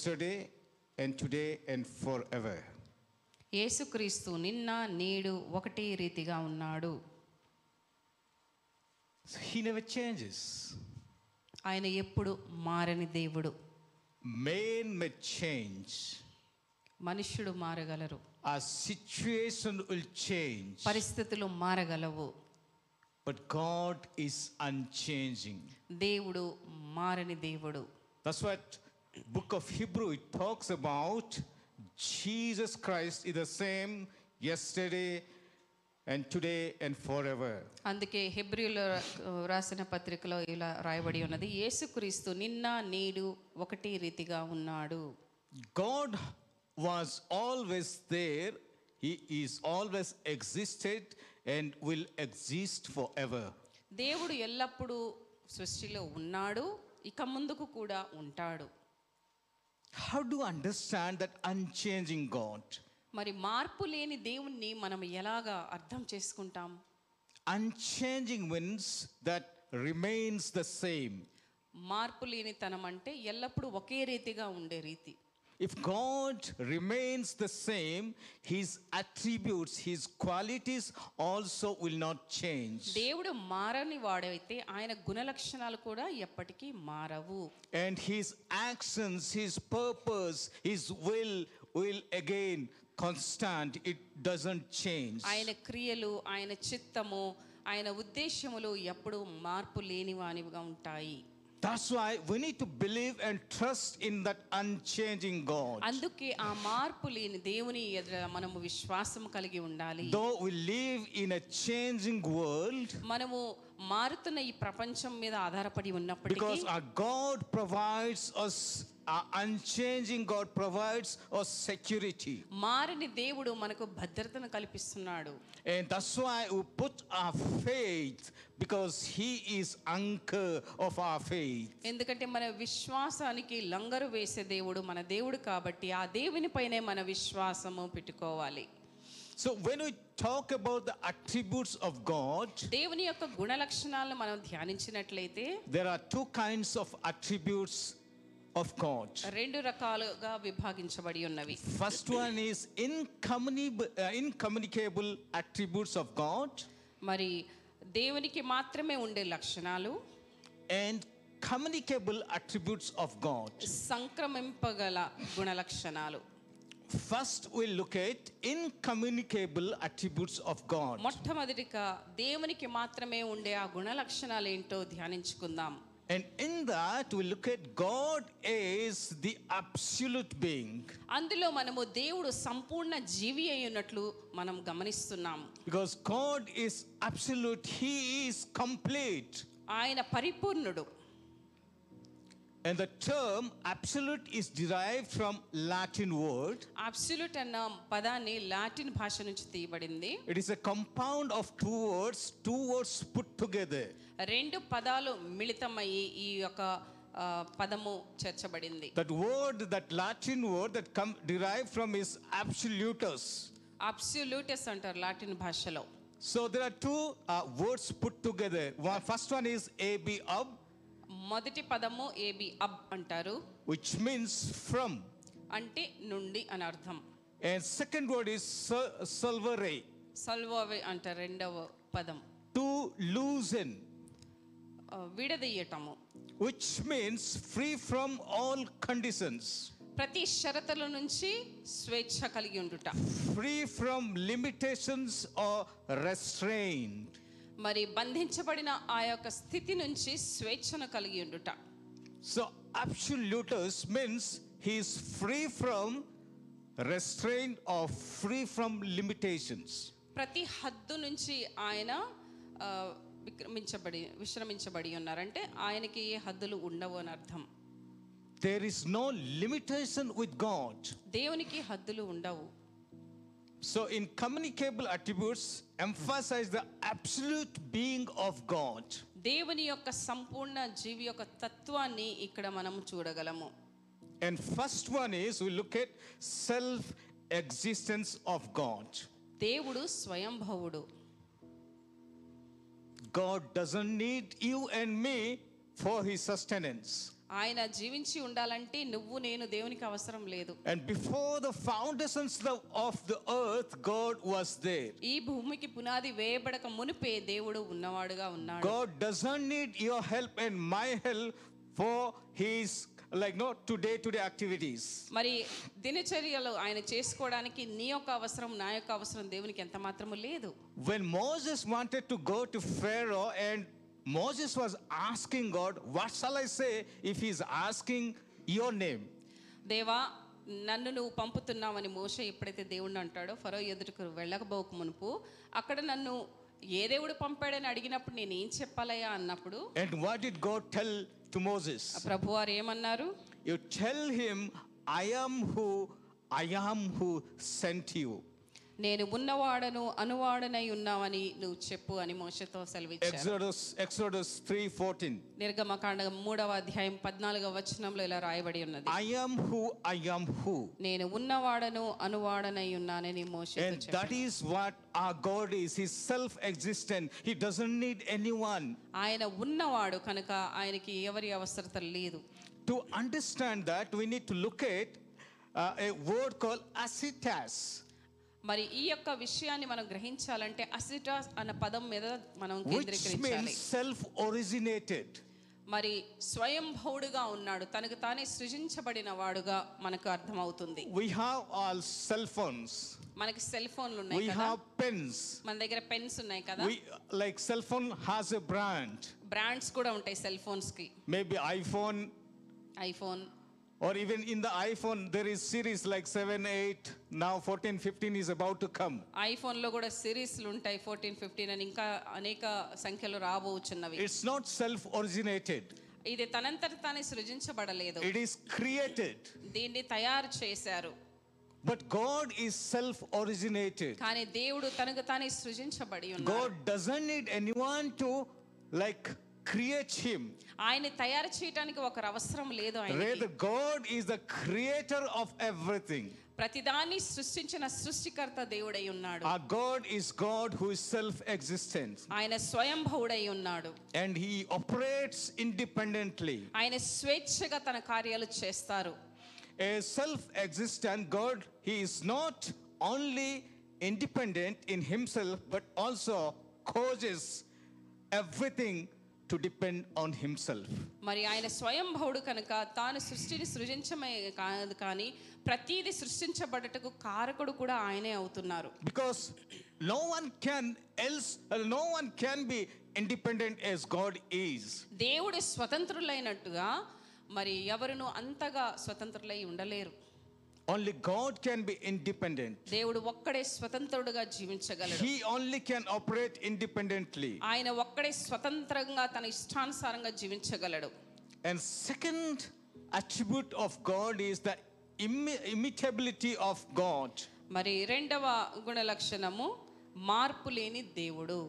yesterday and today and forever. యేసుక్రీస్తు నిన్న నేడు ఒకటే రీతిగా ఉన్నాడు So he never changes. ఆయన ఎప్పుడు మారని దేవుడు Man may change, మనుష్యుడు మారగలరు our situation will change, పరిస్థితులు మారగలవు but God is unchanging. దేవుడు మారని దేవుడు That's what book of Hebrew it talks about Jesus Christ is the same yesterday and today and forever. అందుకే హెబ్రిలో రాసిన పత్రికలో ఇలా రాయబడి ఉన్నది యేసుక్రీస్తు నిన్న నేడు ఒకటే రీతిగా ఉన్నాడు God was always there. He is always existed and will exist forever. దేవుడు ఎల్లప్పుడూ సృష్టిలో ఉన్నాడు ఇక ముందుకు కూడా ఉంటాడు How do you understand that unchanging God? మరి మార్పు లేని దేవుణ్ణి మనం ఎలాగా అర్థం చేసుకుంటాం Unchanging means that remains the same. మార్పు లేనితనం అంటే ఎల్లప్పుడూ ఒకే రీతిగా ఉండే రీతి If God remains the same, his attributes, his qualities also will not change. దేవుడు మారని వాడైతే ఆయన గుణలక్షణాలు కూడా ఎప్పటికీ మారవు And his actions, his purpose, his will will again constant. It doesn't change. ఆయన క్రియలు ఆయన చిత్తము ఆయన ఉద్దేశములు ఎప్పుడూ మార్పు లేనివానివిగా ఉంటాయి That's why we need to believe and trust in that unchanging God. అందుకే ఆ మార్పు లేని దేవుని ఎదుట మనము విశ్వాసం కలిగి ఉండాలి Though we live in a changing world, మనము మారుతున్న ఈ ప్రపంచం మీద ఆధారపడి ఉన్నప్పటికీ because our God provides us, our unchanging God provides us security. మారని దేవుడు మనకు భద్రతను కల్పిస్తున్నాడు And that's why we put our faith, because He is anchor of our faith. ఎందుకంటే మన విశ్వాసానికి లంగరు వేసే దేవుడు మన దేవుడు కాబట్టి ఆ దేవునిపైనే మన విశ్వాసము పెట్టుకోవాలి So when we talk about the attributes of God, దేవుని యొక్క గుణ లక్షణాలను మనం ధ్యానించినట్లయితే there are two kinds of attributes of God. రెండు రకాలుగా విభాగించబడి ఉన్నవి First one is incommunicable, uh, incommunicable attributes of God మరి దేవునికి మాత్రమే ఉండే లక్షణాలు and communicable attributes of God. సంక్రమింపగల గుణ లక్షణాలు First, we'll look at incommunicable attributes of God. మొట్టమొదటిగా దేవునికి మాత్రమే ఉండే ఆ గుణ లక్షణాలు ఏంటో ధ్యానించుకుందాం And in that, we look at God as the absolute being. అందులో మనము దేవుడు సంపూర్ణ జీవి అయి ఉన్నట్లు మనం గమనిస్తున్నాం Because God is absolute, He is complete. ఆయన పరిపూర్ణుడు And the term absolute is derived from Latin word. Absolute అన్న పదాన్ని లాటిన్ భాష నుంచి తీయబడింది It is a compound of two words, two words put together. రెండు పదాలు మిళితమయ్యి ఈ యొక్క ఆ, పదము చేర్చబడింది That word, that Latin word that come derived from is absolutus. అబ్సల్యూటస్ అంటారు లాటిన్ భాషలో So there are two uh, words put together. One, first one is ab ab, మొదటి పదము ఏబి అబ్ అంటారు which means from, అంటే నుండి అని అర్థం and second word is ser- servere, సల్వోవే అంటారు రెండవ పదం to loosen, ఆ, విడదీయటము which means free from all conditions, ప్రతి షరతుల నుంచి స్వేచ్ఛ కలిగి ఉండుట free from limitations or restraint. మరి బంధించబడిన ఆ యొక్క స్థితి నుంచి స్వేచ్ఛను కలిగి ఉండుట So absolutus means he is free from restraint or free from limitations. ప్రతి హద్దు నుంచి ఆయన ఆ, విక్రమించబడి విశ్రమించబడి ఉన్నారంటే ఆయనకి ఏ హద్దులు ఉండవు అని అర్థం There is no limitation with God. దేవునికి హద్దులు ఉండవు So incommunicable attributes emphasize the absolute being of God. దేవుని యొక్క సంపూర్ణ జీవి యొక్క తత్వాన్ని ఇక్కడ మనం చూడగలము And first one is we look at self existence of God. దేవుడు స్వయంభవుడు God doesn't need you and me for his sustenance. ఆయన జీవించి ఉండాలంటే నువ్వు నేను దేవునికి అవసరం లేదు And before the foundations the- of the earth, God was there. ఈ భూమికి పునాది వేయబడక మునిపే దేవుడు ఉన్నవాడుగా ఉన్నాడు God doesn't need your help and my help for his like no today to day activities. మరి దినచర్యలు ఆయన చేసుకోవడానికి నీ యొక్క అవసరం నా యొక్క అవసరం దేవునికి ఎంత మాత్రము లేదు When Moses wanted to go to Pharaoh and Moses was asking God, what shall I say if he's asking your name? దేవా నన్ను నువ్వు పంపుతున్నావని మోష ఎప్పుడైతే దేవుణ్ణి అంటాడో ఫరో ఎదుటకు వెళ్ళకపోక మునుపు అక్కడ నన్ను ఏ దేవుడు పంపాడని అడిగినప్పుడు నేను ఏం చెప్పాలయ్యా అన్నప్పుడు And what did God tell to ఆ Moses? ప్రభు వారు ఏమన్నారు You tell him, I am who I am who sent you. నేను ఉన్నవాడను అనువాడనై ఉన్నావని నువ్వు చెప్పు అని మోషతో సెలవిచ్చారు Exodus Exodus 3:14. నిర్గమకాండ మూడవ అధ్యాయం పద్నాలుగవ వచనంలో ఇలా రాయబడి ఉన్నది I am who I am who. నేను ఉన్నవాడను అనువాడనై ఉన్నానని మోషతో And that చెప్పాడు is what our God is. He's self existent. He doesn't need anyone. ఆయన ఉన్నవాడు కనుక ఆయనకి ఎవరి అవసరత లేదు To understand that, we need to look at uh, a word called asitas, మరి ఈ యొక్క విషయాన్ని మనం గ్రహించాలంటే అసిటాస్ అన్న పదం మీద మనం which కేంద్రీకరించాలి means self originated. మరి స్వయంభవుడుగా ఉన్నాడు తనకు తానే సృజించబడిన వాడుగా మనకు అర్థమవుతుంది We have all cell phones, మనకి సెల్ ఫోన్లు ఉన్నాయి we కదా have pens. మన దగ్గర పెన్స్ ఉన్నాయి కదా We like cell phone has a brand, brands కూడా ఉంటాయి సెల్ ఫోన్స్ కి maybe iPhone, iPhone or even in the iPhone there is series like 7, 8, now 14, 15 is about to come. IPhone లో కూడా సిరీస్లు ఉంటాయి ఫోర్టీన్ ఫిఫ్టీన్ అని ఇంకా అనేక సంఖ్యలో రాబోచున్నవి It's not self originated, ఇది తనంతట తానే సృజించబడలేదు it is created. దీన్ని తయారు చేశారు But God is self originated. కానీ దేవుడు తనకు తానే సృజించబడి ఉన్నాడు God doesn't need anyone to like create him. ఆయన తయారు చేయటానికి ఒకరు అవసరం లేదు ఆయన Rather, God is the creator of everything. ప్రతిదాన్ని సృష్టించిన సృష్టికర్త దేవుడై ఉన్నాడు Our God is God who is self existent ఆయన స్వయంభవుడై ఉన్నాడు and he operates independently. ఆయన స్వేచ్ఛగా తన కార్యాలు చేస్తారు A self existent God, he is not only independent in himself but also causes everything to depend on himself. మరి ఆయన స్వయంభవుడు కనుక తాను సృష్టిని సృజించమే కాదు కానీ ప్రతీది సృష్టించబడటకు కారకుడు కూడా ఆయనే అవుతున్నారు because no one can else uh, no one can be independent as god is దేవుడు స్వతంత్రులైనట్టుగా మరి ఎవరును అంతగా స్వతంత్రులై ఉండలేరు only god can be independent దేవుడు ఒక్కడే స్వతంత్రుడుగా జీవించగలడు he only can operate independently ఆయన ఒక్కడే స్వతంత్రంగా తన ఇష్టానుసారంగా జీవించగలడు and second attribute of god is the immi- immutability of god మరి రెండవ గుణ లక్షణము మార్పు లేని దేవుడు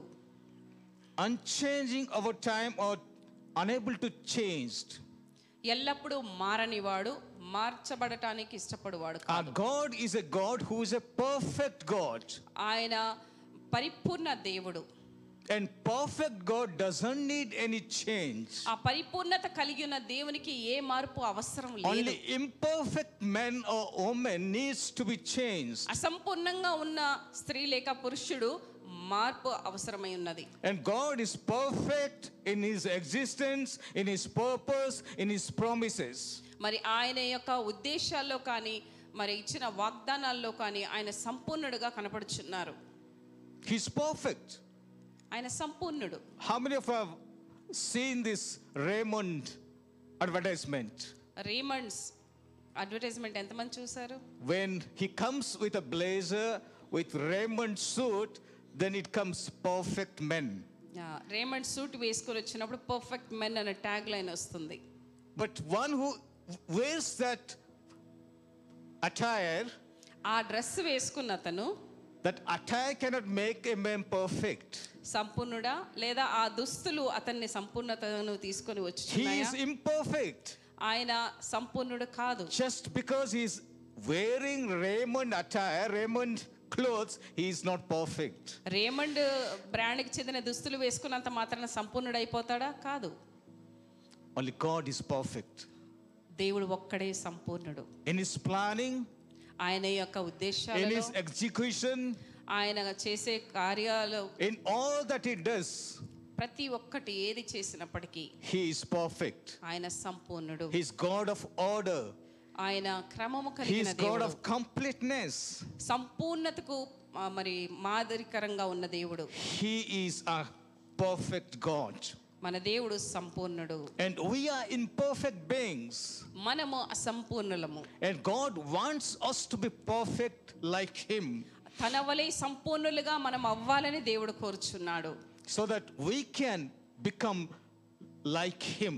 unchanging over time or unable to change ఎల్లప్పుడూ మారనివాడు మార్చబడటానికి ఇష్టపడువాడు కాదు. our god is a god who is a perfect god ఆయన పరిపూర్ణ దేవుడు and perfect god doesn't need any change ఆ పరిపూర్ణత కలిగి ఉన్న దేవునికి ఏ మార్పు అవసరం లేదు Only imperfect man or woman needs to be changed. అసంపూర్ణంగా ఉన్న స్త్రీ లేక పురుషుడు మార్పు అవసరమై ఉన్నది And God is perfect in his existence, in his purpose, in his promises. మరి ఆయన యొక్క ఉద్దేశాల్లో కానీ మరి ఇచ్చిన వాగ్దానాల్లో కానీ ఆయన సంపూర్ణుడుగా కనపడుచున్నారు He's perfect. ఆయన సంపూర్ణుడు How many of you have seen this Raymond advertisement? Raymonds advertisement ఎంతమంది చూశారు When he comes with a blazer, with Raymond suit, then it comes perfect men. Raymond suit వేసుకొని వచ్చినప్పుడు పర్ఫెక్ట్ మెన్ అనే tag line వస్తుంది But one who wears that attire, ఆ dress వేసుకున్న అతను That attire cannot make a man perfect. సంపూర్ణుడా లేదా ఆ దుస్తులు అతన్ని సంపూర్ణతను తీసుకొని He is వచ్చి imperfect. ఆయన సంపూర్ణుడు కాదు Just because he is wearing Raymond attire, Raymond clothes, he is not perfect. Raymond బ్రాండ్కి చెందిన దుస్తులు వేసుకున్నంత మాత్రాన సంపూర్ణుడు అయిపోతాడా కాదు Only God is perfect. దేవుడు ఒక్కడే సంపూర్ణుడు in his planning, ఆయన యొక్క in ఉద్దేశాలలో his execution, ఆయన చేసే కార్యాలు in all that he does, ప్రతి ఒక్కటి ఏది చేసినప్పటికీ he is perfect. ఆయన సంపూర్ణుడు He is God of order. ఆయన క్రమము He కలిగిన is God దేవుడు of completeness. సంపూర్ణతకు ఆ, మరి మాదిరికరంగా ఉన్న దేవుడు He is a perfect God. మన దేవుడు సంపూర్ణుడు And we are imperfect beings. మనము అసంపూర్ణులము And God wants us to be perfect like Him తన వలె సంపూర్ణులుగా మనం అవ్వాలని దేవుడు కోరుచున్నాడు so that we can become like Him.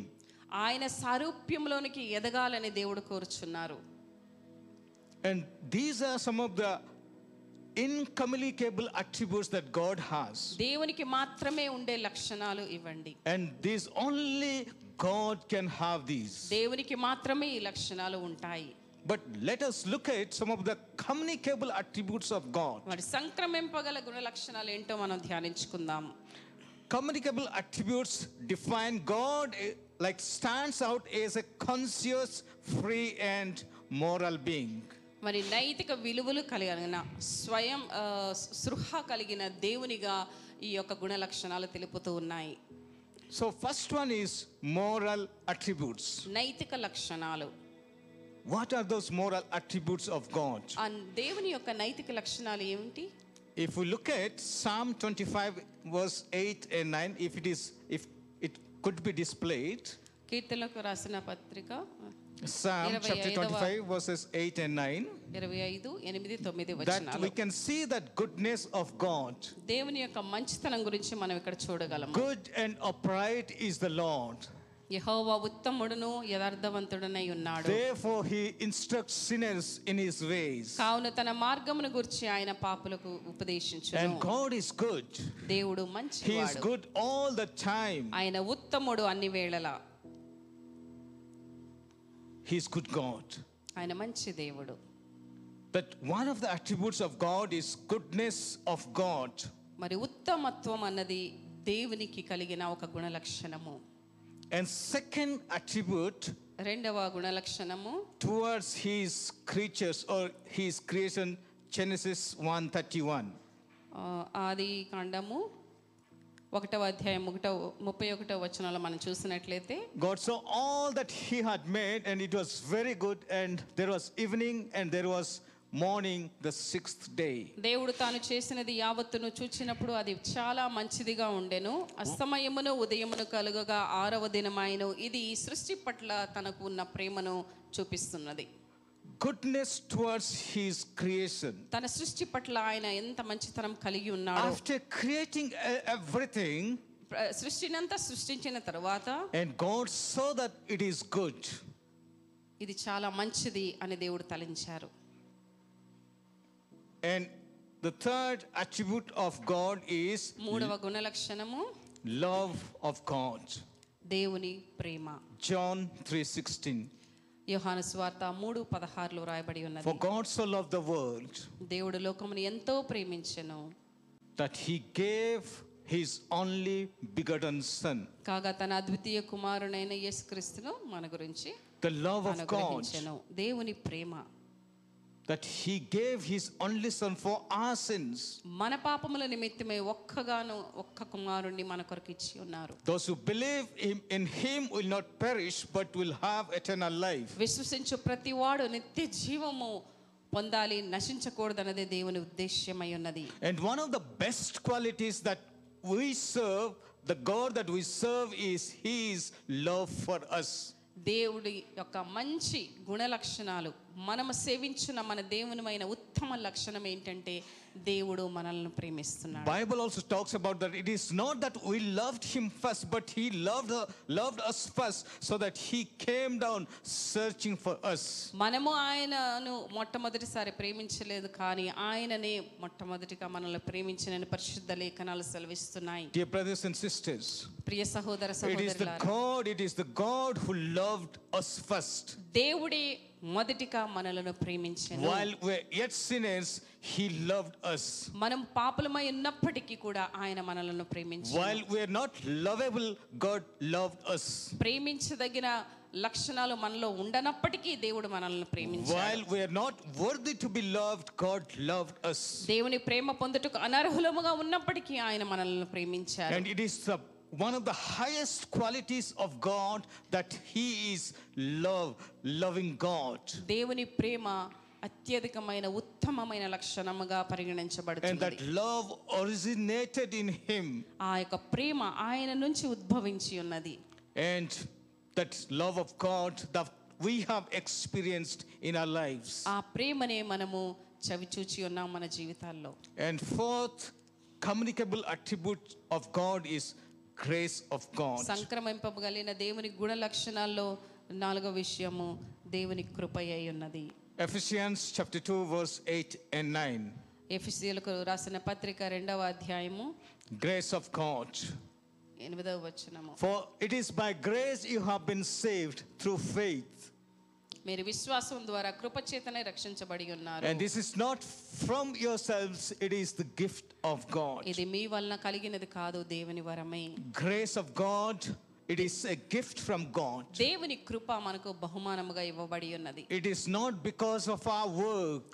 ఆయన సారూప్యంలోనికి ఎదగాలని దేవుడు కోరుచున్నారు And these are some of the incommunicable attributes that God has. దేవునికి మాత్రమే ఉండే లక్షణాలు ఇవ్వండి And these only God can have these. దేవునికి మాత్రమే ఈ లక్షణాలు ఉంటాయి But let us look at some of the communicable attributes of God. మరి సంక్రమింపగల గుణ లక్షణాలు ఏంటో మనం ధ్యానించుకుందాం Communicable attributes define God eh, like stands out as a conscious, free, and moral being. మరి నైతిక విలువలు కలిగిన స్వయం ఆ, సృహ కలిగిన దేవునిగా ఈ యొక్క గుణ లక్షణాలు తెలుపుతూ ఉన్నాయి So, first one is moral attributes. నైతిక లక్షణాలు What are those moral attributes of God? ఆ దేవుని యొక్క నైతిక లక్షణాలు ఏమిటి If we look at Psalm 25, verse 8 and 9, if it is, if it could be displayed, కీర్తనలకు రాసిన పత్రిక Psalm chapter 25వ 25, verses 8 and 9, ఇరవై ఐదు ఎనిమిది తొమ్మిది that వచనాలు we can see that goodness of God. దేవుని యొక్క మంచితనం గురించి మనం ఇక్కడ చూడగలము Good and upright is the Lord. యెహోవా ఉత్తముడును యథార్థవంతుడనై ఉన్నాడు Therefore, he instructs sinners in his ways. కావున తన మార్గమును గురించి ఆయన పాపులకు ఉపదేశించును And God is good. దేవుడు He is మంచివాడు good all the time. ఆయన ఉత్తముడు అన్ని వేళలా He is good God. ఆయన మంచి దేవుడు But one of the attributes of God is goodness of God. మరి ఉత్తమత్వం అన్నది దేవునికి కలిగిన ఒక గుణ లక్షణము And second attribute రెండవ గుణ లక్షణము towards his creatures or his creation, Genesis 1:31. ఆ, ఆది కాండము ఒకటవ అధ్యాయం ఒకటవ ముప్పై ఒకటవ వచనంలో మనం చూసినట్లయితే God saw all that he had made, and it was very good. And there was evening, and there was morning, the sixth day. దేవుడు తాను చేసినది యావత్తును చూచినప్పుడు అది చాలా మంచిదిగా ఉండెను అస్తమయమును ఉదయమును కలుగగా ఆరవ దినమాయను ఇది ఈ సృష్టి పట్ల తనకు ఉన్న ప్రేమను చూపిస్తున్నది Goodness towards his creation. తన సృష్టి పట్ల ఆయన ఎంత మంచితనం కలిగి ఉన్నాడో After creating e- everything, ప్ర- సృష్టినంతా సృష్టించిన తర్వాత and God saw that it is good. ఇది చాలా మంచిది అని దేవుడు తలించారు And the third attribute of God is మూడవ గుణ లక్షణము love of God. దేవుని ప్రేమ John 3:16 యోహాను స్వార్త మూడు పదహారులో రాయబడి ఉన్నది For God so loved the world దేవుడు లోకమును ఎంతో ప్రేమించెను that he gave his only begotten son. కాగా తన అద్వితీయ కుమారునైన యేసుక్రీస్తును మన గురించి The love of God అనుగ్రహించెను దేవుని ప్రేమ that he gave his only son for our sins. మన పాపముల నిమిత్తమే ఒక్కగాను ఒక్క కుమారుణ్ణి మన కొరకు ఇచ్చి ఉన్నారు Those who believe him, in him will not perish but will have eternal life. విశ్వసించు ప్రతివాడు నిత్య జీవము పొందాలి నశించకూడదన్నదే దేవుని ఉద్దేశ్యమై ఉన్నది And one of the best qualities that we serve, the God that we serve, is his love for us. దేవుడి యొక్క మంచి గుణ లక్షణాలు మనము సేవించిన మన దేవునిమైన ఉత్తమ లక్షణం ఏంటంటే దేవుడు మనల్ని ప్రేమిస్తున్నాడు Bible also talks about that it is not that we loved him first, but he loved, loved us first so that he came down searching for us. మనము ఆయనను మొట్టమొదటిసారి ప్రేమించలేదు కానీ ఆయననే మొట్టమొదటిగా మనల్ని ప్రేమించినని పరిశుద్ధ లేఖనాలు సెలవిస్తున్నాయి Dear brothers and sisters, ప్రియ సహోదర it is the సహోదరులారా God, it is the God who loved us first. దేవుడే మొదటిగా మనలను ప్రేమించను While we're yet sinners, he loved us. మనం పాపులమై ఉన్నప్పటికీ కూడా ఆయన మనలను ప్రేమించారు While we're not lovable, God loved us. ప్రేమించదగిన లక్షణాలు మనలో ఉండనప్పటికీ దేవుడు మనల్ని ప్రేమించాడు While we are not worthy to be loved, God loved us. దేవుని ప్రేమ పొందుటకు అనర్హులముగా ఉన్నప్పటికీ ఆయన మనల్ని ప్రేమించారు And it is the, one of the highest qualities of God that He is love, loving God. దేవుని ప్రేమ అత్యధికమైన ఉత్తమమైన లక్షణముగా And పరిగణించబడుతుంది that love originated in Him. ఆ యొక్క ప్రేమ ఆయన నుంచి ఉద్భవించి ఉన్నది And that love of God that we have experienced in our lives. ఆ ప్రేమనే మనము చవిచూచి ఉన్నాం మన జీవితాల్లో And fourth communicable attribute of God is grace of God. సంక్రమింపగలిగిన దేవుని గుణ లక్షణాల్లో నాలుగో విషయము దేవుని కృప అయి ఉన్నది Ephesians chapter 2 verse 8 and 9. ఎఫ్ఎస్సీలకు రాసిన పత్రిక రెండవ అధ్యాయము Grace of God. ఎనిమిదవ వచనము For it is by grace you have been saved through faith. మీరు విశ్వాసం ద్వారా కృపచేతనే రక్షించబడి ఉన్నారు And this is not from yourselves, it is the gift of God. ఇది మీ వలన కలిగినది కాదు దేవుని వరమే Grace of God, it is a gift from God. దేవుని కృప మనకు బహుమానముగా ఇవ్వబడి ఉన్నది It is not because of our work.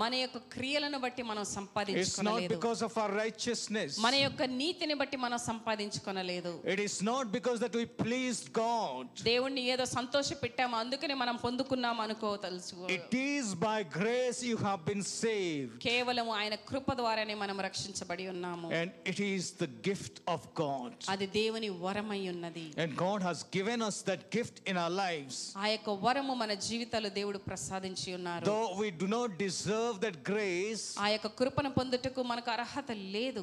మన యొక్క క్రియలను బట్టి మనం It's not సంపాదించుకోలేదు because of our righteousness. మన యొక్క నీతిని బట్టి మనం సంపాదించుకొనలేదు It is not because that we pleased God. దేవుణ్ణి ఏదో సంతోష పెట్టాము అందుకని మనం పొందుకున్నాం అనుకో తలుచుకో It is by grace you have been saved. కేవలం ఆయన కృప ద్వారానే మనం రక్షించబడి ఉన్నాము And it is the gift of God. అది దేవుని వరమై ఉన్నది And God has given us that gift in our lives. ఆ యొక్క వరము మన జీవితాలు దేవుడు ప్రసాదించి ఉన్నారు Though we do not deserve that grace, ఆ యొక్క కృపను పొందుటకు మనకు అర్హత లేదు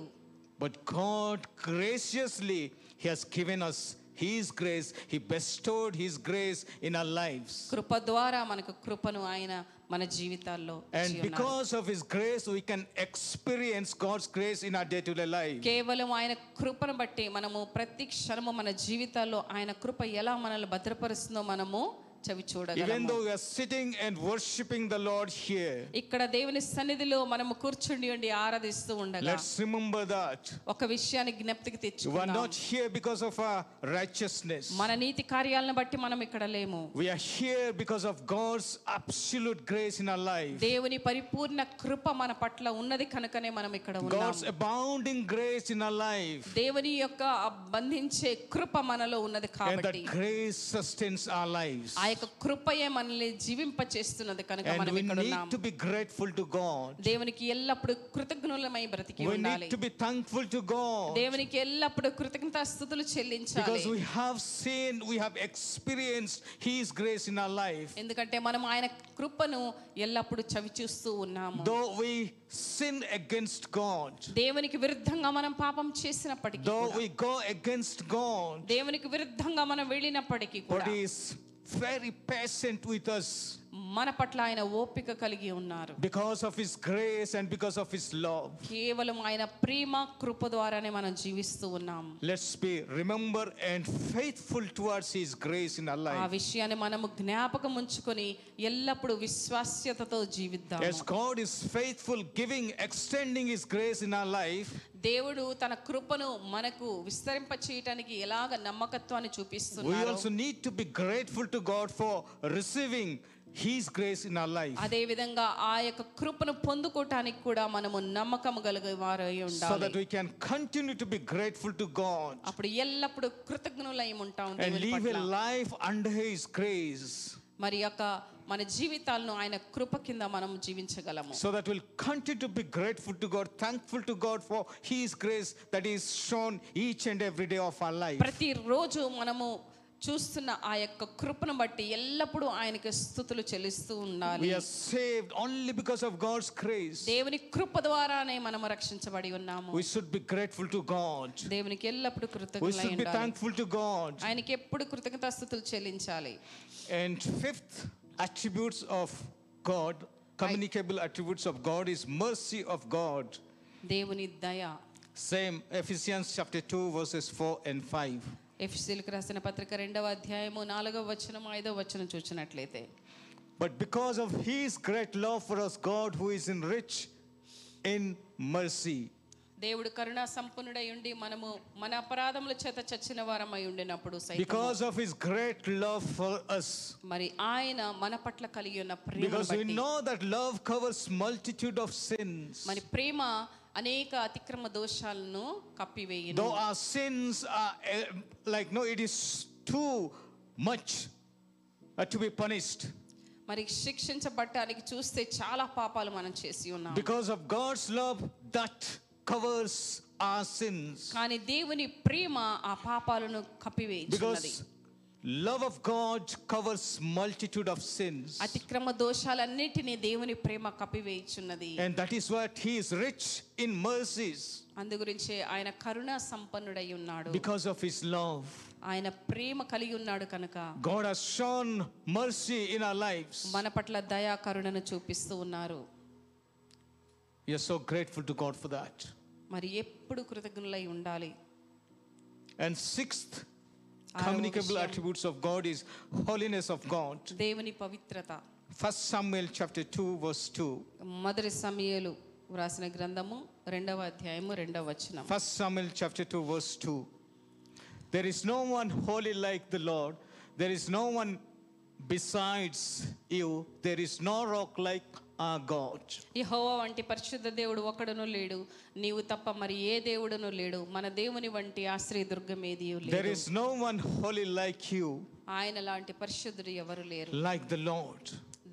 but God graciously He has given us His grace. He bestowed His grace in our lives. కృప ద్వారా మనకు కృపను ఆయన మన జీవితాల్లో ఇచ్చి And ఉన్నారు. because of His grace, we can experience God's grace in our day to day life. కేవలం ఆయన కృపను బట్టి మనము ప్రతి క్షణము మన జీవితాల్లో ఆయన కృప ఎలా మనల్ని భద్రపరుస్తుందో మనము చవి Even చూడగలము though we are sitting and worshiping the Lord here, ఇక్కడ దేవుని సన్నిధిలో మనము కూర్చుండి ఉండి ఆరాధిస్తూ ఉండగా let's remember that. ఒక విషయాన్ని జ్ఞప్తికి We are తెచ్చుకుందాం not here because of our righteousness. మన నీతి కార్యాలను బట్టి మనం ఇక్కడ లేము We are here because of God's absolute grace in our life. దేవుని పరిపూర్ణ కృప మన పట్ల ఉన్నది కనుకనే మనం ఇక్కడ ఉన్నాం God's abounding grace in our life. దేవుని యొక్క ఆ బంధించే కృప మనలో ఉన్నది And కాబట్టి that grace sustains our lives. ఆ యొక్క కృపయే మనల్ని జీవింప చేస్తున్నది కనుక And మనం we ఇక్కడ need ఉన్నాం to be grateful to God. దేవునికి ఎల్లప్పుడూ కృతజ్ఞులమై బ్రతికి We ఉండాలి need to be thankful to God. దేవునికి ఎల్లప్పుడూ కృతజ్ఞతాస్థుతులు చెల్లించాలి Because we have seen, we have experienced His grace in our life. ఎందుకంటే మనం ఆయన కృపను ఎల్లప్పుడూ చవి చూస్తూ ఉన్నాము Though we sin against God, దేవునికి విరుద్ధంగా మనం పాపం చేసినప్పటికీ though కూడా, we go against God, దేవునికి విరుద్ధంగా మనం వెళ్ళినప్పటికీ but కూడా He is very patient with us. మన పట్ల ఆయన ఓపిక కలిగి ఉన్నారు because of his grace and because of his love కేవలం ఆయన ప్రేమ కృప ద్వారానే మనం జీవిస్తూ ఉన్నాం let's be remember and faithful towards his grace in our ఆ life విషయాన్ని మనము జ్ఞాపకం ఉంచుకొని ఎల్లప్పుడూ విశ్వాస్యతతో జీవిద్దాం as god is faithful giving extending his grace in our life దేవుడు తన కృపను మనకు విస్తరింప చేయటానికి ఎలాగ నమ్మకత్వాన్ని we చూపిస్తున్నారు also need to be grateful to god for receiving his grace in our life అదే విధంగా ఆ యొక్క కృపను పొందుకోవటానికి కూడా మనము నమ్మకం కలిగే వారు అయి so that ఉండాలి we can continue to be grateful to god అప్పుడు ఎల్లప్పుడూ కృతజ్ఞులై ఉంటాం and దేవుని live a పట్ల. life under his grace మరి యొక్క మన జీవితాలను ఆయన కృప కింద మనం జీవించగలము so that we'll continue to be grateful to god thankful to god for his grace that is shown each and every day of our life ప్రతిరోజు మనము చూస్తున్న ఆ యొక్క కృపను బట్టి ఎల్లప్పుడూ ఆయనకి స్థుతులు చెల్లిస్తూ ఉండాలి We are saved only because of God's grace. దేవుని కృప ద్వారానే మనము రక్షించబడి ఉన్నాము We should be grateful to God. దేవునికి ఎల్లప్పుడూ We కృతజ్ఞులై should be ఉండాలి thankful to God. ఆయనకి ఎప్పుడు కృతజ్ఞతాస్థుతులు చెల్లించాలి And fifth attributes of God, communicable attributes of God is mercy of God. దేవుని దయ Same Ephesians chapter 2 verses 4 and 5. ఎఫ్సీలకు రాసిన పత్రిక రెండవ అధ్యాయము నాలుగవ వచనం ఐదవ వచనం చూసినట్లయితే But because of his great love for us God who is in rich in mercy దేవుడు కరుణా సంపన్నుడై ఉండి మనము మన అపరాధముల చేత చచ్చిన వారమై ఉండినప్పుడు సైతం because of His great love for us. మరి ఆయన మన పట్ల కలిగి ఉన్న ప్రేమ Because we know that love covers multitude of sins. మరి ప్రేమ అనేక అతిక్రమ దోషాలను కప్పివేయను Though our sins are eh, like no, it is too much uh, to be punished. మరి శిక్షించబట్టడానికి చూస్తే చాలా పాపాలు మనం చేసి ఉన్నాం Because of God's love that covers our sins. కానీ దేవుని ప్రేమ ఆ పాపాలను కప్పివేయించున్నది Because love of God covers multitude of sins. అతిక్రమ దోషాలన్నిటినీ దేవుని ప్రేమ కప్పివేయించున్నది And that is what He is rich in mercies అందు గురించి ఆయన కరుణ సంపన్నుడై ఉన్నాడు because of His love. ఆయన ప్రేమ కలిగి ఉన్నాడు కనుక God has shown mercy in our lives. మన పట్ల దయా కరుణను చూపిస్తూ ఉన్నారు We are so grateful to God for that. మరి ఎప్పుడు కృతజ్ఞులై ఉండాలి And sixth ఆరవ communicable విషయం. attributes of God is holiness of God. దేవుని పవిత్రత First Samuel chapter 2 verse 2. మొదటి సమయలు వ్రాసిన గ్రంథము రెండవ అధ్యాయము రెండవ వచనం First Samuel chapter 2 verse 2. There is no one holy like the Lord. There is no one besides you. There is no rock like our God. యెహోవా వంటి పరిశుద్ధ దేవుడు ఒకడును లేడు నీవు తప్ప మరి ఏ దేవుడును లేడు మన దేవుని వంటి ఆశ్రయ దుర్గం ఏది There లేదు is no one holy like you, ఆయన లాంటి పరిశుద్ధుడు ఎవరు లేరు like the Lord.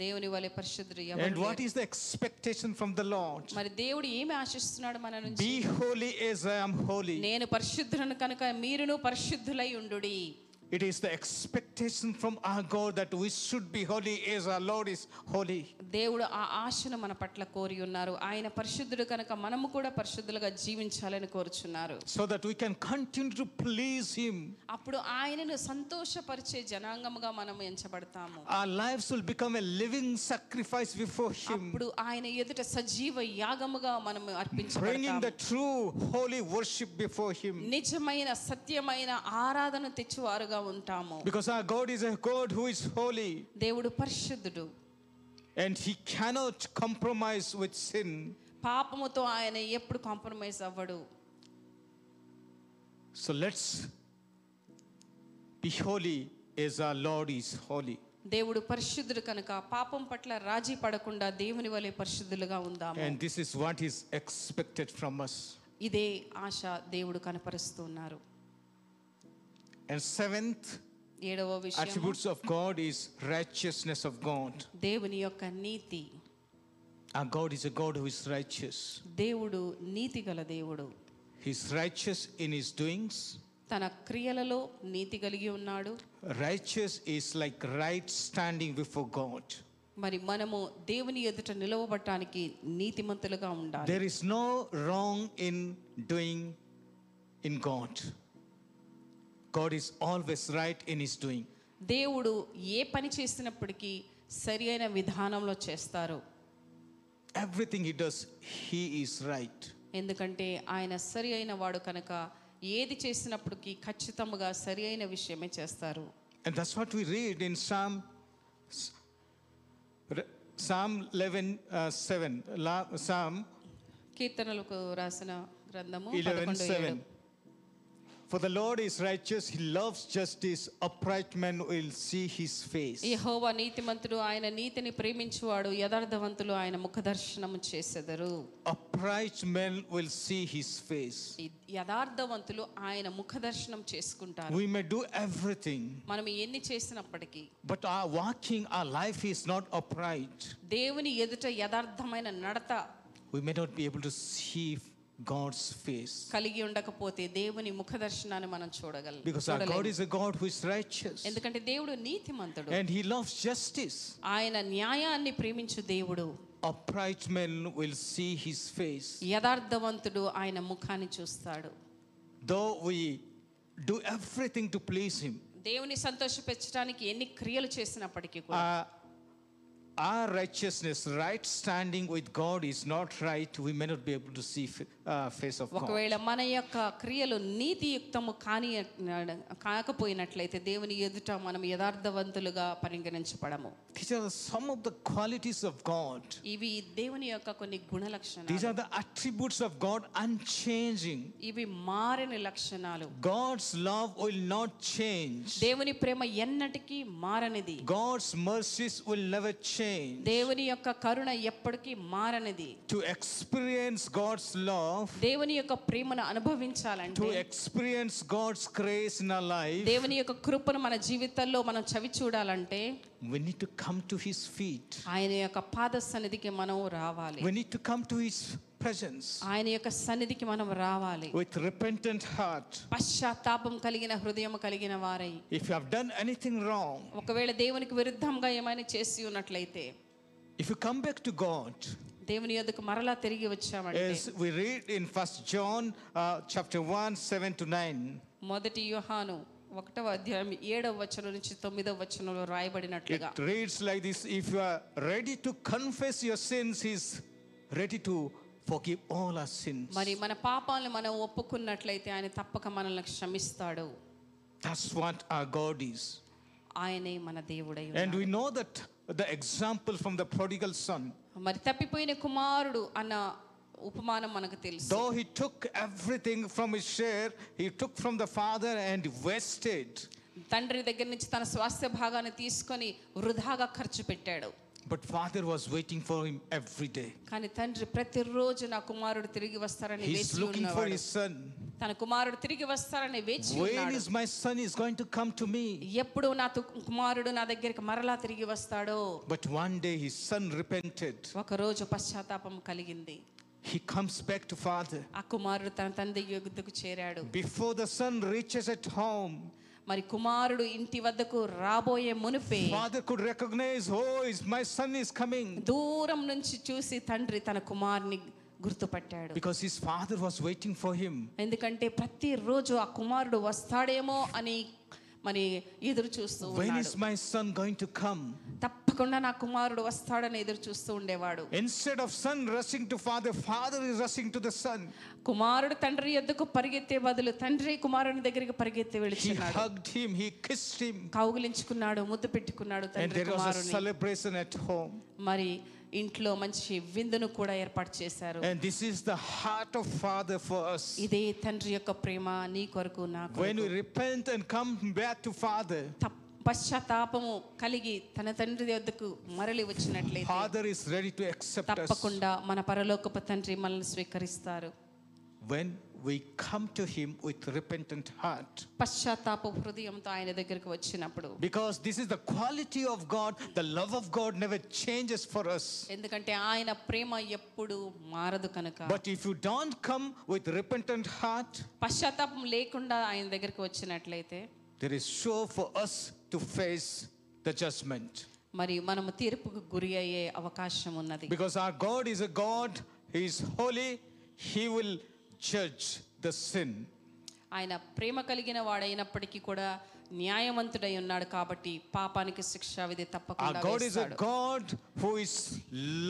దేవుని వలె పరిశుద్ధుడు ఎవరు And what లేరు. is the expectation from the Lord? మరి దేవుడు ఏమి ఆశిస్తున్నాడు మన నుంచి Be holy as I am holy. నేను పరిశుద్ధులను కనుక మీరును పరిశుద్ధులై ఉండు It is the expectation from our God that we should be holy as our Lord is holy. దేవుడు ఆ ఆశను మన పట్ల కోరి ఉన్నారు ఆయన పరిశుద్ధుడు కనుక మనము కూడా పరిశుద్ధులుగా జీవించాలని కోరుచున్నారు So that we can continue to please Him. అప్పుడు ఆయనను సంతోషపరిచే జనాంగముగా మనం ఎంచబడతాము Our lives will become a living sacrifice before Him, అప్పుడు ఆయన ఎదుట సజీవ యాగముగా మనం bringing the అర్పించబడతాము true holy worship before Him. నిజమైన సత్యమైన ఆరాధన తెచ్చువారుగా ఉంటాము Because our God is a God who is holy దేవుడు పరిశుద్ధుడు and He cannot compromise with sin. పాపముతో ఆయన ఎప్పుడు కాంప్రమైజ్ అవ్వడు So let's be holy as our Lord is holy. దేవుడు పరిశుద్ధుడు కనుక పాపం పట్ల రాజీ పడకుండా దేవుని వలె పరిశుద్ధులుగా ఉందాము And this is what is expected from us. ఇదే ఆశ దేవుడు కనపరుస్తున్నారు And seventh, ఏడవ విషయం attributes of God is righteousness of God. దేవుని యొక్క నీతి Our God is a God who is righteous. దేవుడు నీతి గల దేవుడు He's righteous in his doings. తన క్రియలలో నీతి కలిగి ఉన్నాడు Righteous is like right standing before God. మరి మనము దేవుని ఎదుట నిలవబడటానికి నీతిమంతులుగా ఉండాలి There is no wrong in doing in God. God is always right in his doing. దేవుడు ఏ పని చేసినప్పటికీ సరి అయిన విధానంలో చేస్తారు Everything he does, he is right. ఎందుకంటే ఆయన సరి అయిన వాడు కనుక ఏది చేసినప్పటికీ ఖచ్చితంగా సరి అయిన విషయమే చేస్తారు And that's what we read in Psalm, Psalm 11, uh, 7, La, Psalm కీర్తనలకు రాసిన గ్రంథము 11, 11 7. For the Lord is righteous, he loves justice, upright men will see his face. యెహోవా నీతిమంతుడు ఆయన నీతిని ప్రేమించువాడు యథార్థవంతులు ఆయన ముఖదర్శనము చేసెదరు Upright men will see his face. ఈ యథార్థవంతులు ఆయన ముఖదర్శనం చేసుకుంటారు We may do everything, మనం ఎన్ని చేసినప్పటికీ but our walking, our life is not upright. దేవుని ఎదుట యథార్థమైన నడత We may not be able to see God's face. కలిగి ఉండకపోతే దేవుని ముఖ దర్శనాన్ని మనం చూడగలం Because our God is a God who is righteous. ఎందుకంటే దేవుడు నీతిమంతుడు And he loves justice. ఆయన న్యాయాన్ని ప్రేమించు దేవుడు Upright men will see his face. యథార్థవంతుడు ఆయన ముఖాన్ని చూస్తాడు Though we do everything to please him, దేవుని సంతోషపెట్టడానికి ఎన్ని క్రియలు చేసినప్పటికీ కూడా our, our righteousness, right standing with God is not right, we may not be able to see fa- uh, face of God. ఒకవేళ మన యొక్క క్రియలు నీతియుక్తము కాని కాకపోయినట్లయితే దేవుని ఎదుట మనం యథార్థవంతులుగా పరిగణించబడము These are some of the qualities of God. ఇవి దేవుని యొక్క కొన్ని గుణ These లక్షణాలు are the attributes of God unchanging. ఇవి మారని లక్షణాలు God's love will not change. దేవుని ప్రేమ ఎన్నటికీ మారనిది God's mercies will never change. దేవుని యొక్క కరుణ ఎప్పటికీ మారనిది To experience God's love, దేవుని యొక్క ప్రేమను to అనుభవించాలంటే experience God's grace in our life, దేవుని యొక్క కృపను మన జీవితాల్లో మనం చవి చూడాలంటే we need to come to His feet. ఆయన యొక్క పాద సన్నిధికి మనం రావాలి We need to come to His presence ఆయన యొక్క సన్నిధికి మనం రావాలి with repentant heart. పశ్చాత్తాపం కలిగిన హృదయం కలిగిన వారై If you have done anything wrong, ఒకవేళ దేవునికి విరుద్ధంగా ఏమైనా చేసి ఉన్నట్లయితే if you come back to God, దేవుని యొద్దకు మరలా తిరిగి వచ్చామంటే as we read in First John uh, chapter 1, 7 to 9, మొదటి యోహాను ఒకటవ అధ్యాయం ఏడవ వచనం నుంచి తొమ్మిదవ వచనంలో It రాయబడినట్లుగా reads like this If you are ready to confess your sins, He's ready to forgive all our sins. మరి మన పాపాలను మనం ఒప్పుకున్నట్లయితే ఆయన తప్పక మనల్ని క్షమిస్తాడు That's what our God is. ఆయనే మన దేవుడై And ఉన్నాడు. we know that the example from the prodigal son, మరి తప్పిపోయిన కుమారుడు అన్న ఉపమానం మనకు తెలుసు though he took everything from his share, he took from the father and wasted. తండ్రి దగ్గర నుంచి తన స్వాస్థ్య భాగాన్ని తీసుకొని వృధాగా ఖర్చు పెట్టాడు But father was waiting for him every day. కానీ తండ్రి ప్రతిరోజు నా కుమారుడు తిరిగి వస్తారని He's వేచి looking for ఉన్నవాడు his son. తన కుమారుడు తిరిగి వస్తారని వేచి When ఉన్నాడు is my son is going to come to me? ఎప్పుడు నా తు- కుమారుడు నా దగ్గరికి మరలా తిరిగి వస్తాడో But one day his son repented. ఒక రోజు పశ్చాత్తాపం కలిగింది He comes back to father. ఆ కుమారుడు తన తండ్రి యొద్దకు చేరాడు Before the son reaches at home, మరి కుమారుడు ఇంటి వద్దకు రాబోయే మునిపే father could recognize, oh, is my son is coming. దూరం నుంచి చూసి తండ్రి తన కుమారుని గుర్తుపట్టాడు Because his father was waiting for him. ఎందుకంటే ప్రతిరోజు ఆ కుమారుడు వస్తాడేమో అని మరి ఎదురు చూస్తూ When ఉన్నాడు is my son going to come? తప్పకుండా నా కుమారుడు వస్తాడని ఎదురు చూస్తూ ఉండేవాడు Instead of son rushing to father, father is rushing to the son. కుమారుడు తండ్రి ఎద్దుకు పరిగెత్తే బదులు తండ్రి కుమారుని దగ్గరికి పరిగెత్తి He వెళుతున్నాడు hugged him, he kissed him. కౌగులించుకున్నాడు ముద్దు పెట్టుకున్నాడు And తండ్రి there was a కుమారుని celebration at home. మరి ఇంట్లో మంచి విందును కూడా ఏర్పాటు చేశారు And this is the heart of father for us. ఇదే తండ్రి యొక్క ప్రేమ నీ కొరకు నా When కొరకు we repent and come back to father, తప్- పశ్చాత్తాపము కలిగి తన తండ్రి వద్దకు మరలి వచ్చినట్లయితే father is ready to accept us. తప్పకుండా మన పరలోకపు తండ్రి మనల్ని స్వీకరిస్తారు When we come to him with repentant heart. పశ్చాత్తాప హృదయంతో ఆయన దగ్గరకు వచ్చినప్పుడు Because this is the quality of God, the love of God never changes for us. ఎందుకంటే ఆయన ప్రేమ ఎప్పుడు మారదు కనుక But if you don't come with repentant heart, పశ్చాత్తాపం లేకుండా ఆయన దగ్గరికి వచ్చినట్లయితే there is sure for us to face the judgment. మరి మనము తీర్పుకు గురి అయ్యే అవకాశం ఉన్నది Because our God is a God, He is holy, He will judge the sin. ఆయన ప్రేమ కలిగిన వాడైనప్పటికీ కూడా న్యాయవంతుడై ఉన్నాడు కాబట్టి పాపానికి శిక్ష విధి Our తప్పకుండా Ah, God is a వేస్తాడు. God who is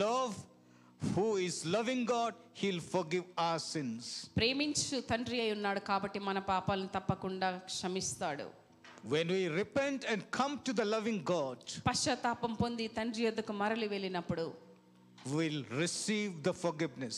love, who is loving God, He'll forgive our sins. ప్రేమించు తండ్రి అయి ఉన్నాడు కాబట్టి మన పాపాలను తప్పకుండా క్షమిస్తాడు When we repent and come to the loving God, పశ్చాత్తాపం పొంది తండ్రి యొద్దకు మరలి వెళ్ళినప్పుడు we'll receive the forgiveness.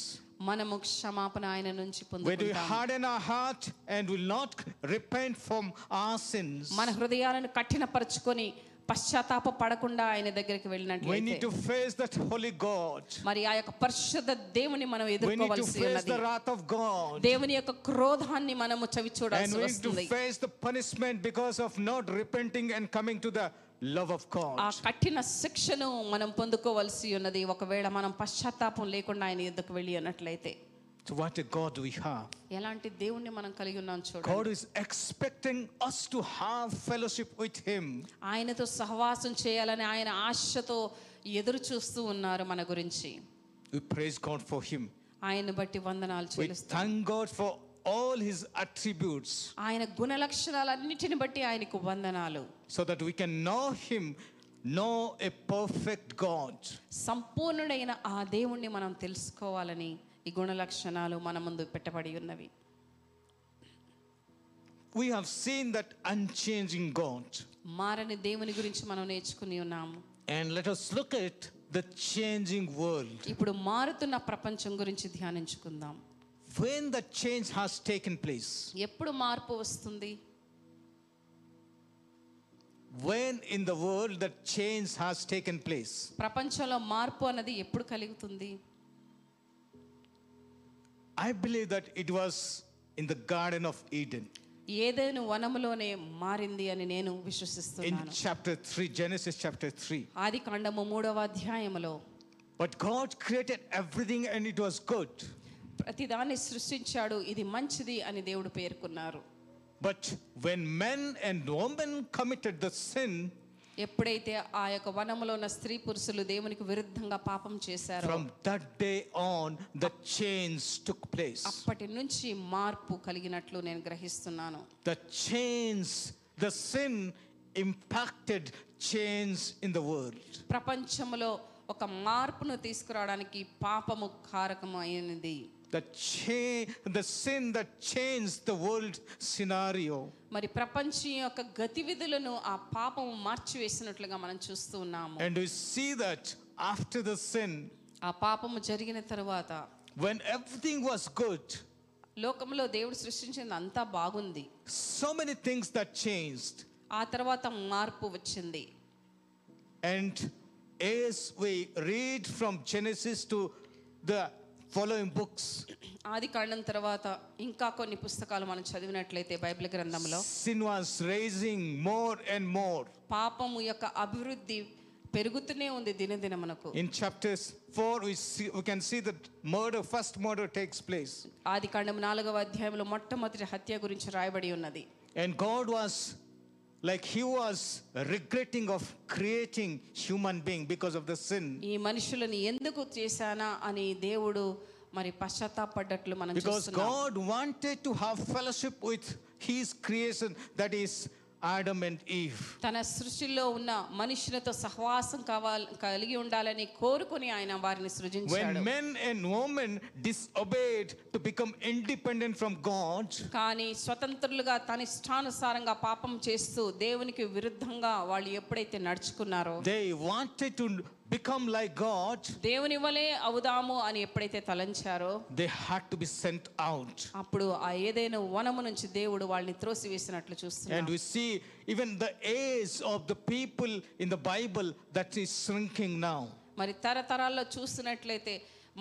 మనము క్షమాపణ ఆయన నుంచి When we పొందుకుంటాము harden our heart and will not repent from our sins, మన హృదయాలను కఠినపరుచుకొని పశ్చాత్తాప పడకుండా ఆయన దగ్గరికి we need వెళ్ళినట్లయితే to face that holy God. మరి ఆ యొక్క పరిశుద్ధ దేవుని మనం We need to ఎదుర్కోవాల్సి face ఉన్నది the wrath of God. దేవుని యొక్క క్రోధాన్ని మనము చవి And చూడాల్సి we need to వస్తుంది face the punishment because of not repenting and coming to the love of ఆ God. కఠిన శిక్షను మనం పొందుకోవాల్సి ఉన్నది ఒకవేళ మనం పశ్చాత్తాపం లేకుండా ఆయన ఎద్దుకు వెళ్ళి అన్నట్లయితే So, what a God we have. ఎలాంటి దేవుణ్ణి మనం కలిగి ఉన్నాం చూడండి God is expecting us to have fellowship with Him. ఆయనతో సహవాసం చేయాలని ఆయన ఆశతో ఎదురు చూస్తూ ఉన్నారు మన గురించి We praise God for Him. ఆయన బట్టి వందనాలు We చెల్లిస్తాం thank God for all His attributes ఆయన గుణ లక్షణాలన్నిటిని బట్టి ఆయనకు వందనాలు so that we can know Him know a perfect God. సంపూర్ణుడైన ఆ దేవుణ్ణి మనం తెలుసుకోవాలని ఈ గుణ లక్షణాలు మన ముందు పెట్టబడి ఉన్నవి We have seen that unchanging God. మారని దేవుని గురించి మనం నేర్చుకుని ఉన్నాము And let us look at the changing world. ఇప్పుడు మారుతున్న ప్రపంచం గురించి ధ్యానించుకుందాం When the change has taken place, ఎప్పుడు మార్పు వస్తుంది when in the world the change has taken place, ప్రపంచంలో మార్పు అన్నది ఎప్పుడు కలుగుతుంది I believe that it was in the Garden of Eden. ఏదైనా వనములోనే మారింది అని నేను in విశ్వసిస్తున్నాను chapter 3 genesis chapter 3 ఆది కాండము మూడవ అధ్యాయములో but god created everything and it was good ప్రతిదాన్ని సృష్టించాడు ఇది మంచిది అని దేవుడు పేర్కొన్నారు but when men and women committed the sin ఎప్పుడైతే ఆ యొక్క వనములో ఉన్న స్త్రీ పురుషులు దేవునికి విరుద్ధంగా పాపం చేశారో from that day on the change took place అప్పటి నుంచి మార్పు కలిగినట్లు నేను గ్రహిస్తున్నాను the change the sin impacted change in the world ప్రపంచంలో ఒక మార్పును తీసుకురావడానికి పాపము కారకమైనది the cha- the sin that changed the world scenario మరి ప్రపంచం యొక్క గతివిధులను ఆ పాపము మార్చివేసినట్లుగా మనం చూస్తూ ఉన్నాము and we see that after the sin ఆ పాపము జరిగిన తరువాత when everything was good లోకంలో దేవుడు సృష్టించింది అంతా బాగుంది so many things that changed ఆ తర్వాత మార్పు వచ్చింది and as we read from genesis to the following books ఆది కాండం తర్వాత ఇంకా కొన్ని పుస్తకాలు మనం చదివినట్లయితే బైబిల్ గ్రంథంలో sin was raising more and more పాపము యొక్క అభివృద్ధి పెరుగుతూనే ఉంది దినదినమునకు in chapters 4 we, see, we can see that murder first murder takes place ఆది కాండం నాలుగవ అధ్యాయంలో మొట్టమొదటి హత్య గురించి రాయబడి ఉన్నది and god was like he was regretting of creating human being because of the sin ఈ మనుషులను ఎందుకు చేశానా అని దేవుడు మరి పశ్చాత్తాపడ్డట్లు మనం because చూస్తున్నాం god wanted to have fellowship with his creation that is adam and eve తన సృష్టిలో ఉన్న మనుషులతో సహవాసం కావాలి కలిగి ఉండాలని కోరుకుని ఆయన వారిని సృజించాడు When men and women disobeyed to become independent from God, కానీ స్వతంత్రులుగా తన ఇష్టానుసారంగా పాపం చేస్తూ దేవునికి విరుద్ధంగా వాళ్ళు ఎప్పుడైతే నడుచుకున్నారో they wanted to become like God, దేవుని వలె అవుదాము అని ఎప్పుడైతే తలంచారో they had to be sent out. అప్పుడు ఆ ఏదైనా వనము నుంచి దేవుడు వాళ్ళని త్రోసివేసినట్లు And చూస్తున్నాం we see even the age of the people in the Bible that is shrinking now. మరి తరతరాల్లో చూస్తున్నట్లయితే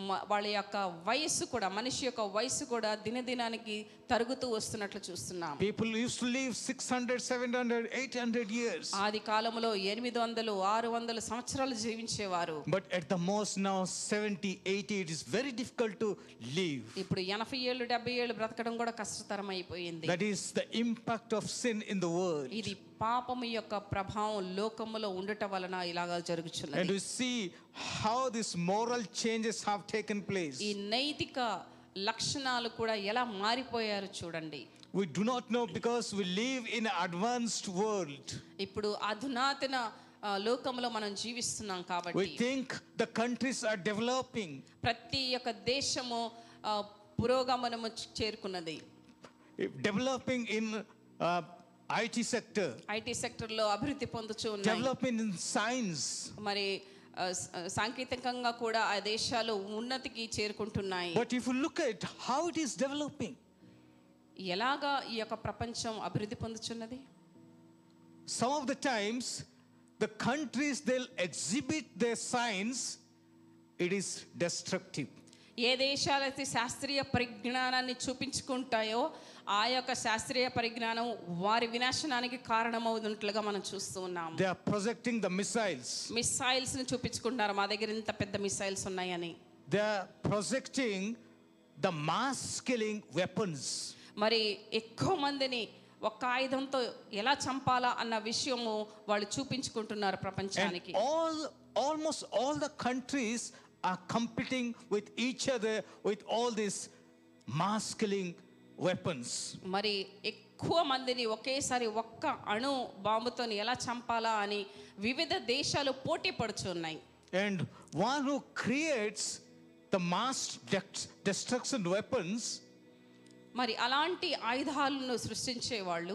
మ- వాళ్ళ యొక్క వయస్సు కూడా మనిషి యొక్క వయస్సు కూడా దినదినానికి తరుగుతూ వస్తున్నట్లు చూస్తున్నాం People used to live 600, 700, 800 years. ఆది కాలంలో ఎనిమిది వందలు ఆరు వందలు సంవత్సరాలు జీవించేవారు But at the most now 70, 80, it is very difficult to live. ఇప్పుడు ఎనభై ఏళ్ళు డెబ్బై ఏళ్ళు బ్రతకడం కూడా కష్టతరం అయిపోయింది That is the impact of sin in the world. ఇది పాపము యొక్క ప్రభావం లోకములో ఉండటం వలన ఇలాగా And జరుగుతున్నది we see how these moral changes have taken place. ఈ నైతిక లక్షణాలు కూడా ఎలా మారిపోయారు చూడండి We do not know because we live in an advanced world. ఇప్పుడు అధునాతన ఆ, లోకంలో మనం జీవిస్తున్నాం We కాబట్టి think the countries are developing. ప్రతి యొక్క దేశము ఆ, పురోగమనము చేరుకున్నది If eh, Developing in uh, IT sector, IT సెక్టర్లో అభివృద్ధి పొందుచూ ఉన్నాయి developing in science. మరి ఆ, స- ఆ, సాంకేతికంగా కూడా ఆ దేశాలు ఉన్నతికి చేరుకుంటున్నాయి But if you look at how it is developing, ఎలాగా ఈ యొక్క ప్రపంచం అభివృద్ధి పొందుచున్నది some of the times the countries they'll exhibit their science, it is destructive. ఏ దేశాలైతే శాస్త్రీయ పరిజ్ఞానాన్ని చూపించుకుంటాయో ఆ యొక్క శాస్త్రీయ పరిజ్ఞానం వారి వినాశనానికి కారణమవుతున్నట్లుగా మనం చూస్తూ ఉన్నాం They are projecting the missiles. Missiles ని చూపించుకుంటున్నారు మా దగ్గర ఇంత పెద్ద మిసైల్స్ ఉన్నాయని they are projecting the mass killing weapons. మరి ఎక్కువ మందిని ఒక్క ఆయుధంతో ఎలా చంపాలా అన్న విషయము వాళ్ళు చూపించుకుంటున్నారు And ప్రపంచానికి all, almost all the countries are competing with each other with all these mass killing weapons. మరి ఎక్కువ ఎక్కువ మందిని ఒకేసారి ఒక్క అణు బాంబుతోని ఎలా చంపాలా అని వివిధ దేశాలు పోటీ పడుచున్నాయి And one who creates the mass dex- destruction weapons, మరి అలాంటి ఆయుధాలను సృష్టించే వాళ్ళు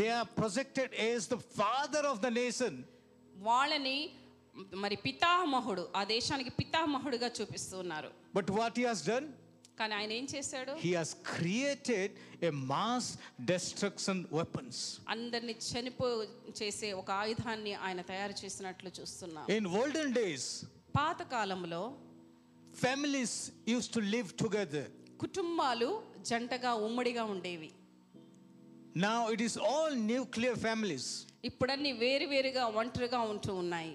they are projected as the father of the nation. వాళ్ళని మరి పితామహుడు ఆ దేశానికి పితామహుడుగా చూపిస్తున్నారు But what he has done? కానీ ఆయన ఏం చేశాడు He has created a mass destruction weapons. అందరిని చనిపో చేసే ఒక ఆయుధాన్ని ఆయన తయారు చేసినట్లు చూస్తున్నాం In olden days, పాతకాలంలో families used to live together. కుటుంబాలు జంటగా ఉమ్మడిగా ఉండేవి Now it is all nuclear families. ఇప్పుడన్నీ వేరువేరుగా ఒంటరిగా ఉంటూ ఉన్నాయి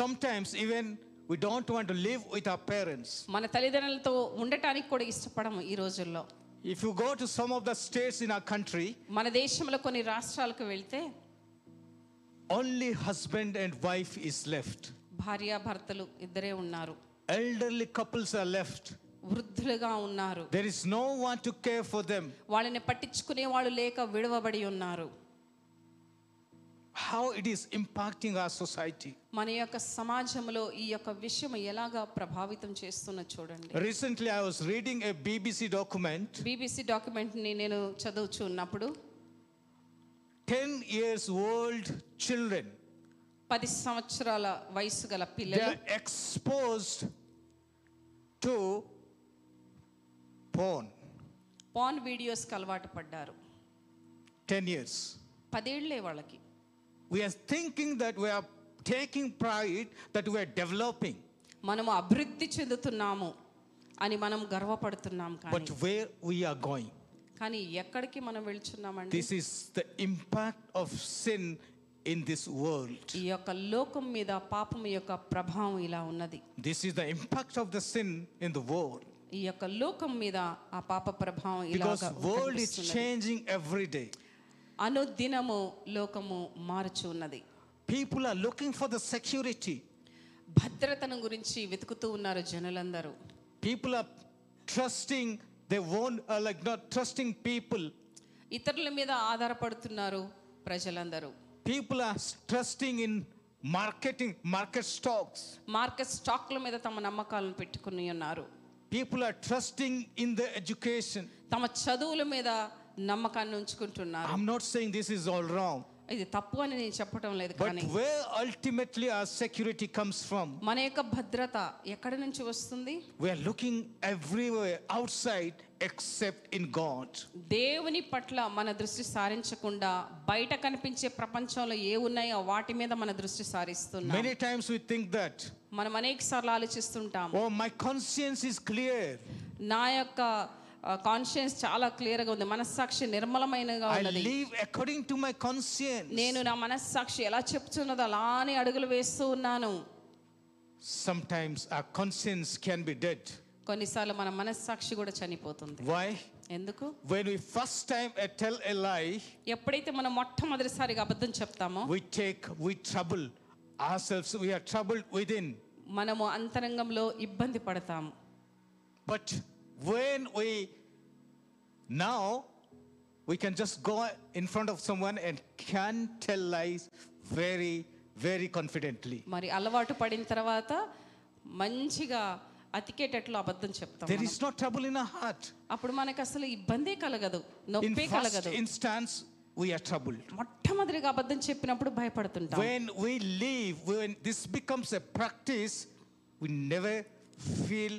Sometimes even we don't want to live with our parents. మన తల్లిదండ్రులతో ఉండటానికి కూడా ఇష్టపడము ఈ రోజుల్లో If you go to some of the states in our country, మన దేశంలో కొన్ని రాష్ట్రాలకు వెళ్తే only husband and wife is left. భార్యాభర్తలు ఇద్దరే ఉన్నారు Elderly couples are left. వృద్ధులుగా ఉన్నారు There is no one to care for them. వాళ్ళని పట్టించుకునే వాళ్ళు లేక విడవబడి ఉన్నారు How it is impacting our society. మన యొక్క సమాజంలో ఈ యొక్క విషయం ఎలాగా ప్రభావితం చేస్తున్న చూడండి Recently, I was reading a BBC document. BBC డాక్యుమెంట్ని నేను చదువుచు ఉన్నప్పుడు 10 years old children, పది సంవత్సరాల వయసు గల they పిల్లలు are exposed to porn. Pan వీడియోస్కి అలవాటు పడ్డారు 10 years. పదేళ్లే వాళ్ళకి We are thinking that we are taking pride that we are developing. మనము అభివృద్ధి చెందుతున్నాము అని మనం గర్వపడుతున్నాం కానీ But where we are going, కానీ ఎక్కడికి మనం వెళ్తున్నామండి this is the impact of sin in this world. ఈ యొక్క లోకం మీద పాపం యొక్క ప్రభావం ఇలా ఉన్నది This is the impact of the sin in the world. ఈ యొక్క లోకం మీద ఆ పాప ప్రభావం Because ఇలాగా world is కనిపిస్తున్నది. changing every day. అనుదినము లోకము మారుచు ఉన్నది People are looking for the security. భద్రతను గురించి వెతుకుతూ ఉన్నారు జనులందరూ People are trusting they won't uh, like not trusting people. ఇతరుల మీద ఆధారపడుతున్నారు ప్రజలందరూ People are trusting in marketing, market stocks. Market స్టాక్ల మీద తమ నమ్మకాలను పెట్టుకుని ఉన్నారు People are trusting in their education. తమ చదువుల మీద నమ్మకాన్ని ఉంచుకుంటున్నారు I'm not saying this is all wrong, ఇది తప్పు అని నేను చెప్పడం లేదు but కానీ where ultimately our security comes from, మన యొక్క భద్రత ఎక్కడి నుంచి వస్తుంది we are looking everywhere outside except in God. దేవుని పట్ల మన దృష్టి సారించకుండా బయట కనిపించే ప్రపంచంలో ఏ ఉన్నాయో వాటి మీద మన దృష్టి సారిస్తున్నాం Many times we think that, మనం అనేక సార్లు ఆలోచిస్తుంటాం oh, my conscience is clear. నా యొక్క కాన్షియన్స్ చాలా క్లియర్గా ఉంది మనస్సాక్షి నిర్మలమైనగా I ఉన్నది live according to my conscience. నేను నా మనస్సాక్షి ఎలా చెప్తున్నదో అలానే అడుగులు వేస్తూ ఉన్నాను Sometimes our conscience can be dead. కొన్నిసార్లు మన మనస్సాక్షి కూడా చనిపోతుంది Why? ఎందుకు When we first time uh, tell a lie, ఎప్పుడైతే మనం మొట్టమొదటిసారిగా అబద్ధం చెప్తామో we take, we trouble ourselves, we are troubled within. మనము అంతరంగంలో ఇబ్బంది పడతాము But when we now we can just go in front of someone and can tell lies very, very confidently. మరి అలవాటు పడిన తర్వాత మంచిగా అతికేటట్లు అబద్ధం చెప్తాం There మనం. is no trouble in our heart. అప్పుడు మనకు అసలు ఇబ్బందే కలగదు In నొప్పే first కలగదు instance, we are troubled. మొట్టమొదటిగా అబద్ధం చెప్పినప్పుడు భయపడుతుంటాం When we leave, when this becomes a practice, we never feel,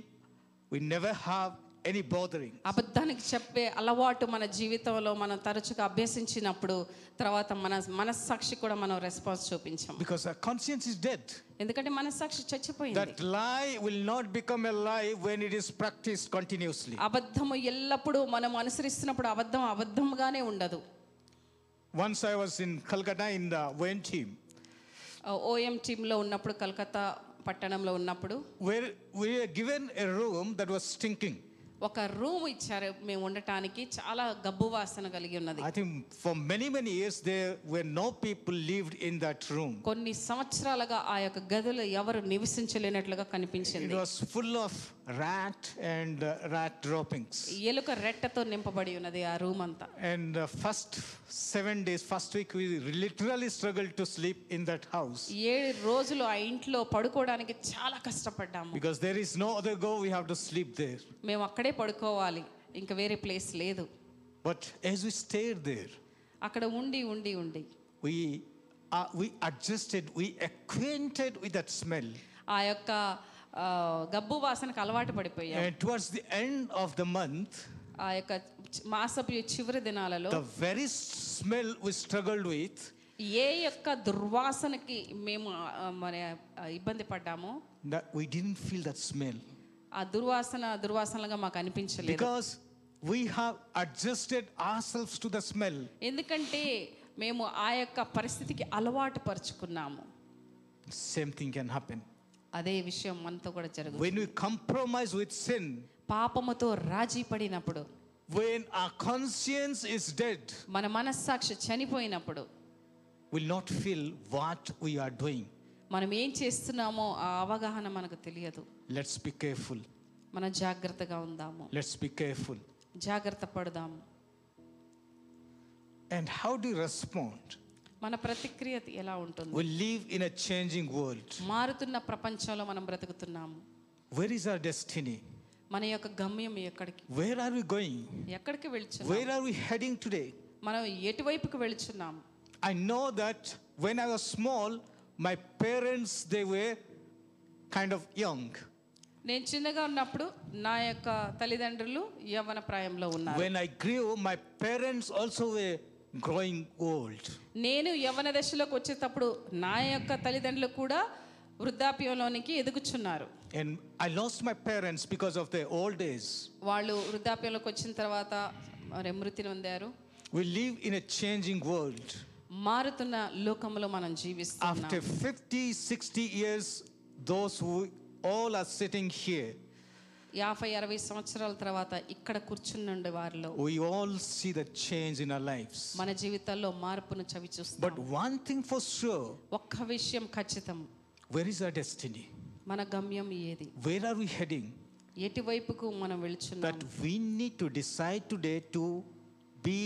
we never have any bothering. అబద్ధానికి చెప్పే అలవాటు మన జీవితంలో మనం తరచుగా అభ్యసించినప్పుడు తర్వాత మన మనస్సాక్షి కూడా మనం రెస్పాన్స్ చూపించాం Because our conscience is dead. ఎందుకంటే మనస్సాక్షి చచ్చిపోయింది That lie will not become a lie when it is practiced continuously. అబద్ధము ఎల్లప్పుడూ మనం అనుసరిస్తున్నప్పుడు అబద్ధం అబద్ధంగానే ఉండదు Once I was in Calcutta in the WEN team, O M టీంలో ఉన్నప్పుడు కలకత్తా పట్టణంలో ఉన్నప్పుడు where we were given a room that was stinking. ఒక రూమ్ ఇచ్చారు మేము ఉండటానికి చాలా గబ్బు వాసన కలిగి ఉన్నది I think for many, many years there were no people lived in that room. కొన్ని సంవత్సరాలుగా ఆ యొక్క గదిలో ఎవరు నివసించలేనట్లుగా It కనిపించింది was full of rat and uh, rat droppings. ఎలుక రెట్టతో నింపబడి ఉన్నది ఆ రూమ్ అంతా And the first seven days, first week, we literally struggled to sleep in that house ఏడు రోజులు ఆ ఇంట్లో పడుకోవడానికి చాలా కష్టపడ్డాము because there is no other go. We have to sleep there. మేము అక్కడే పడుకోవాలి ఇంకా వేరే ప్లేస్ లేదు But as we stayed there, అక్కడ ఉండి ఉండి ఉండి we uh, we adjusted, we acquainted with that smell. ఆ యొక్క ఆ, గబ్బు వాసనకు అలవాటు పడిపోయాం And towards the end of the month, ఆ యొక్క చ- మాసపు చివరి దినాలలో the very s- smell we struggled with, ఏ యొక్క దుర్వాసనకి మేము ఆ, మరి ఆ, ఇబ్బంది పడ్డామో that we didn't feel that smell ఆ దుర్వాసన దుర్వాసనలుగా మాకు అనిపించలేదు because we have adjusted ourselves to the smell. ఎందుకంటే మేము ఆ యొక్క పరిస్థితికి అలవాటు పరుచుకున్నాము Same thing can happen అదే విషయం మనతో కూడా జరుగుతుంది when we compromise with sin. పాపముతో రాజీ పడినప్పుడు when our conscience is dead, మన మనస్సాక్షి చనిపోయినప్పుడు we'll not feel what we are doing. మనం ఏం చేస్తున్నామో ఆ అవగాహన మనకు తెలియదు Let's be careful. మనం జాగ్రత్తగా ఉందాము Let's be careful. జాగ్రత్త పడదాము And how do you respond? మన ప్రతిక్రియ ఎలా ఉంటుంది We live in a changing world. మారుతున్న ప్రపంచంలో మనం బ్రతుకుతున్నాము Where is our destiny? మన యొక్క గమ్యం ఎక్కడికి Where are we going? ఎక్కడికి వెళ్తున్నాం Where are we heading today? మనం ఎటువైపుకి వెళ్తున్నాము I know that when I was small, my parents they were kind of young. నేను చిన్నగా ఉన్నప్పుడు నా యొక్క తల్లిదండ్రులు యవ్వన ప్రాయంలో ఉన్నారు When I grew, my parents also were growing old. నేను యవ్వన దశలోకి వచ్చేటప్పుడు నా యొక్క తల్లిదండ్రులు కూడా వృద్ధాప్యంలోనికి ఎదుగుచున్నారు And I lost my parents because of their old age. వాళ్ళు వృద్ధాప్యంలోకి వచ్చిన తర్వాత మరి మృతి నొందారు We live in a changing world. మారుతున్న లోకంలో మనం జీవిస్తున్నాం After 50, 60 years, those who all are sitting here, యాభై అరవై సంవత్సరాల తర్వాత ఇక్కడ కూర్చున్నండి వారిలో we all see the change in our lives. మన జీవితాల్లో మార్పును చవి చూస్తాం But one thing for sure ఒక్క విషయం ఖచ్చితం where is our destiny? మన గమ్యం ఏది Where are we heading? ఎటువైపుకు మనం వెళుచున్నాం That we need to decide today to be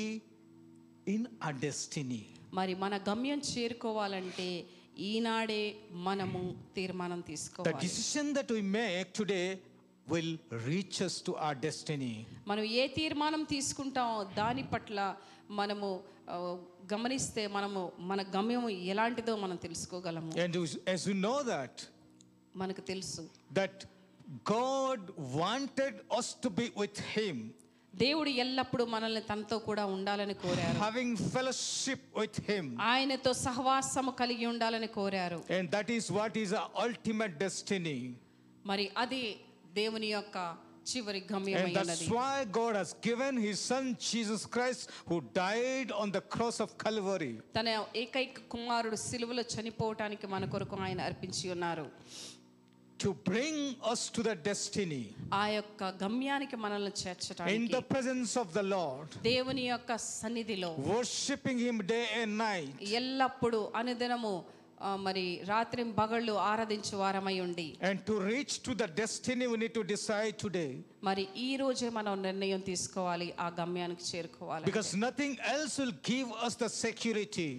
in our destiny. మరి మన గమ్యం చేరుకోవాలంటే ఈనాడే మనము తీర్మానం The తీసుకోవాలి decision that we make today will reach us to our destiny. మనం ఏ తీర్మానం తీసుకుంటామో దాని పట్ల మనము ఆ, గమనిస్తే మనము మన గమ్యం ఎలాంటిదో మనం తెలుసుకోగలము And as- as we know that, మనకు తెలుసు that God wanted us to be with Him, దేవుడు ఎల్లప్పుడూ మనల్ని తనతో కూడా ఉండాలని కోరారు having fellowship with Him. ఆయనతో సహవాసము కలిగి ఉండాలని కోరారు And that is what is our ultimate destiny. మరి అది దేవుని యొక్క చివరి గమ్యమై And that's ఉన్నది why God has given His Son Jesus Christ, who died on the cross of Calvary. తన ఏకైక కుమారుడు సిలువలో చనిపోవటానికి మన కొరకు ఆయన అర్పించి ఉన్నారు To bring us to the destiny ఆ యొక్క గమ్యానికి మనల్ని in చేర్చడానికి the presence of the Lord, దేవుని యొక్క సన్నిధిలో worshiping Him day and night, ఎల్లప్పుడూ అనుదినము ఆ, మరి రాత్రి బగళ్ళు ఆరాధించు వారమై ఉండి and to reach to the destiny we need to decide today. మరి ఈ రోజే మనం నిర్ణయం తీసుకోవాలి ఆ గమ్యానికి చేరుకోవాలి Because nothing else will give us the security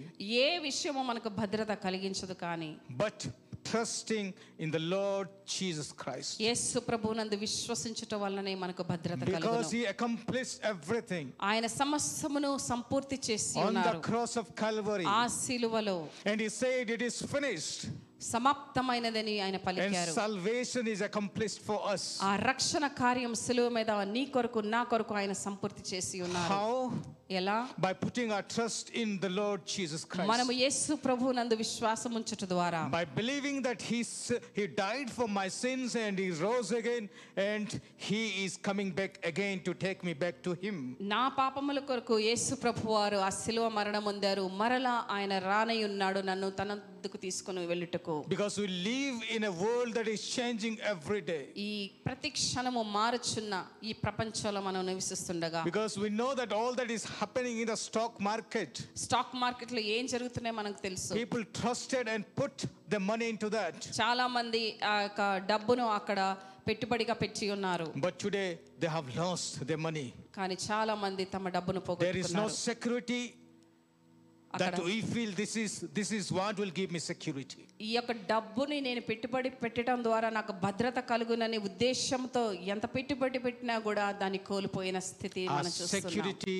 ఏ విషయము మనకు భద్రత కలిగించదు కానీ but trusting in the Lord Jesus Christ. యేసు ప్రభునందు విశ్వసించటం వల్లనే మనకు భద్రత Because కలుగును he accomplished everything ఆయన సమస్తమును సంపూర్తి చేసి on the ఉన్నారు cross of Calvary. ఆ శిలువలో And he said, It is finished, సమాప్తమైనదని ఆయన and పలికారు salvation is accomplished for us. ఆ రక్షణ కార్యం సులువ మీద నీ కొరకు నా కొరకు ఆయన సంపూర్తి చేసి ఉన్నారు How? ఎలా by putting our trust in the Lord Jesus Christ. మనము యేసు ప్రభు నందు విశ్వాసం ఉంచట ద్వారా By believing that he, s- he died for my sins and He rose again and He is coming back again to take me back to Him. నా పాపముల కొరకు యేసు ప్రభు వారు ఆ శిలువ మరణం పొందారు మరలా ఆయన రానై ఉన్నాడు నన్ను తనందుకు తీసుకుని వెళ్ళుటకు Because we live in a world that is changing every day. ఈ ప్రతి క్షణము మారుచున్న ఈ ప్రపంచంలో మనం నివసిస్తుండగా Because we know that all that is happening in the stock market, stock మార్కెట్లో ఏం జరుగుతున్నాయో మనకు తెలుసు people trusted and put their money into that. చాలా మంది ఆ యొక్క డబ్బును అక్కడ పెట్టుబడిగా పెట్టి ఉన్నారు But today they have lost their money. కానీ చాలా మంది తమ డబ్బును There is no పోగొట్టుకున్నారు security that అక్కడ we feel this is this is what will give me security. ఈ యొక్క డబ్బుని నేను పెట్టుబడి పెట్టడం ద్వారా నాకు భద్రత కలుగుననే ఉద్దేశంతో ఎంత పెట్టుబడి పెట్టినా కూడా దాన్ని కోల్పోయిన స్థితి Our మనం చూస్తున్నాం security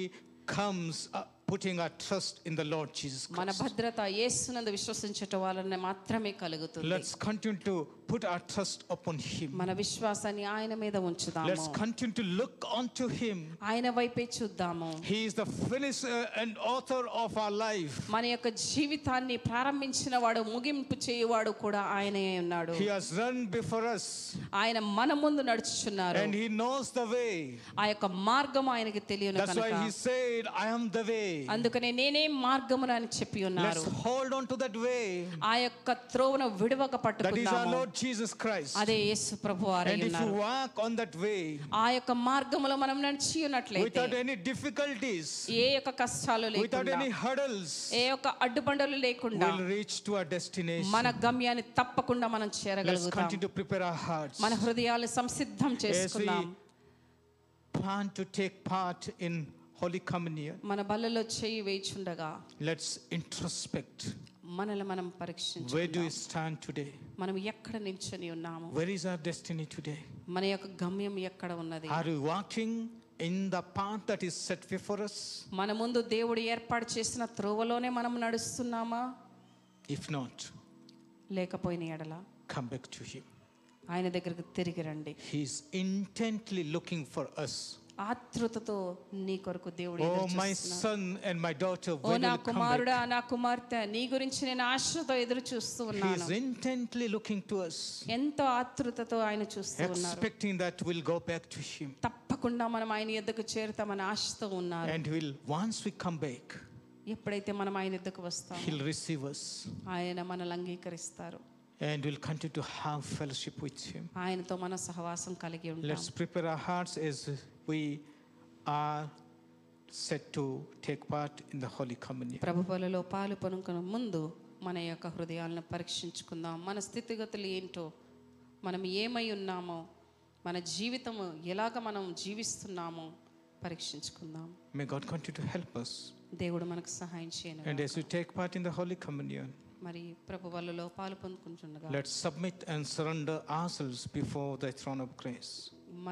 comes uh, putting our trust in the Lord Jesus మన Christ. భద్రత యేసునందు విశ్వసించటం వలన మాత్రమే కలుగుతుంది Let's continue to put our trust upon Him. మన విశ్వాసాన్ని ఆయన మీద Let's ఉంచుదాము continue to look unto Him. ఆయన వైపే చూద్దాము He is the finisher and author of our life. మన యొక్క జీవితాన్ని ప్రారంభించిన వాడు ముగింపు చేయువాడు కూడా ఆయనే ఉన్నాడు He has run before us ఆయన మన ముందు నడుచుచున్నారు and He knows the way. ఆ యొక్క మార్గం ఆయనకి తెలియను That's కనుక why He said, I am the way. అందుకనే నేనే మార్గమును అని చెప్పి ఉన్నారు Let's hold on to that way. ఆ యొక్క త్రోవను విడవక That is our పట్టుకుందాము Lord Jesus Christ. అదే యేసు ప్రభు వారై And if you ఉన్నారు walk on that way ఆ యొక్క మార్గములో మనం నడిచి ఉన్నట్లయితే without any difficulties, ఏ యొక్క కష్టాలు without లేకుండా any hurdles, ఏ యొక్క అడ్డుబండలు లేకుండా we'll reach to our destination. మన గమ్యాన్ని తప్పకుండా మనం Let's చేరగలుగుతాం continue to prepare our hearts. మన హృదయాలు సంసిద్ధం చేసుకుందాం Plan to take part in Holy Communion. మన బలలో చేయి వేయిచుండగా Let's introspect. మనల్ని మనం పరీక్షించు Where do we stand today? మనం ఎక్కడ నిల్చొని ఉన్నాము Where is our destiny today? మన యొక్క గమ్యం ఎక్కడ ఉన్నది Are we walking in the path that is set before us? మన ముందు దేవుడు ఏర్పాటు చేసిన త్రోవలోనే మనం నడుస్తున్నామా If not, లేకపోయిన ఎడల come back to Him. ఆయన దగ్గరకు తిరిగి రండి He is intently looking for us. ఆతృతతో నీ కొరకు దేవుడు Oh, ఎదురు my చూస్తున్నాడు. son and my daughter, oh when నా will you come back? కుమారుడా నా కుమార్తె నీ గురించి నేను ఆశతో ఎదురు చూస్తూ He ఉన్నాను is intently looking to us, ఎంతో ఆతృతతో ఆయన చూస్తూ ఉన్నారు expecting that we'll go back to Him. తప్పకుండా మనం ఆయన ఎద్దకు చేరుతామని ఆశతో ఉన్నారు And we'll, once we come back, ఎప్పుడైతే మనం ఆయన ఎద్దకు వస్తాం He'll receive us ఆయన మనల్ని అంగీకరిస్తారు and we'll continue to have fellowship with Him. ఆయనతో మన సహవాసం కలిగి ఉంటాం Let's prepare our hearts as we are set to take part in the Holy Communion. ప్రభుపలలో పాలు పొనుకున్న ముందు మన యొక్క హృదయాలను పరీక్షించుకుందాం మన స్థితిగతులు ఏంటో మనం ఏమై ఉన్నామో మన జీవితము ఎలాగ మనం జీవిస్తున్నామో పరీక్షించుకుందాం May God continue to help us. దేవుడు మనకు సహాయం చేయను And as we take part in the Holy Communion, మరి ప్రభువలలో పాలు పొందుకుంటుండగా let's submit and surrender ourselves before the throne of grace.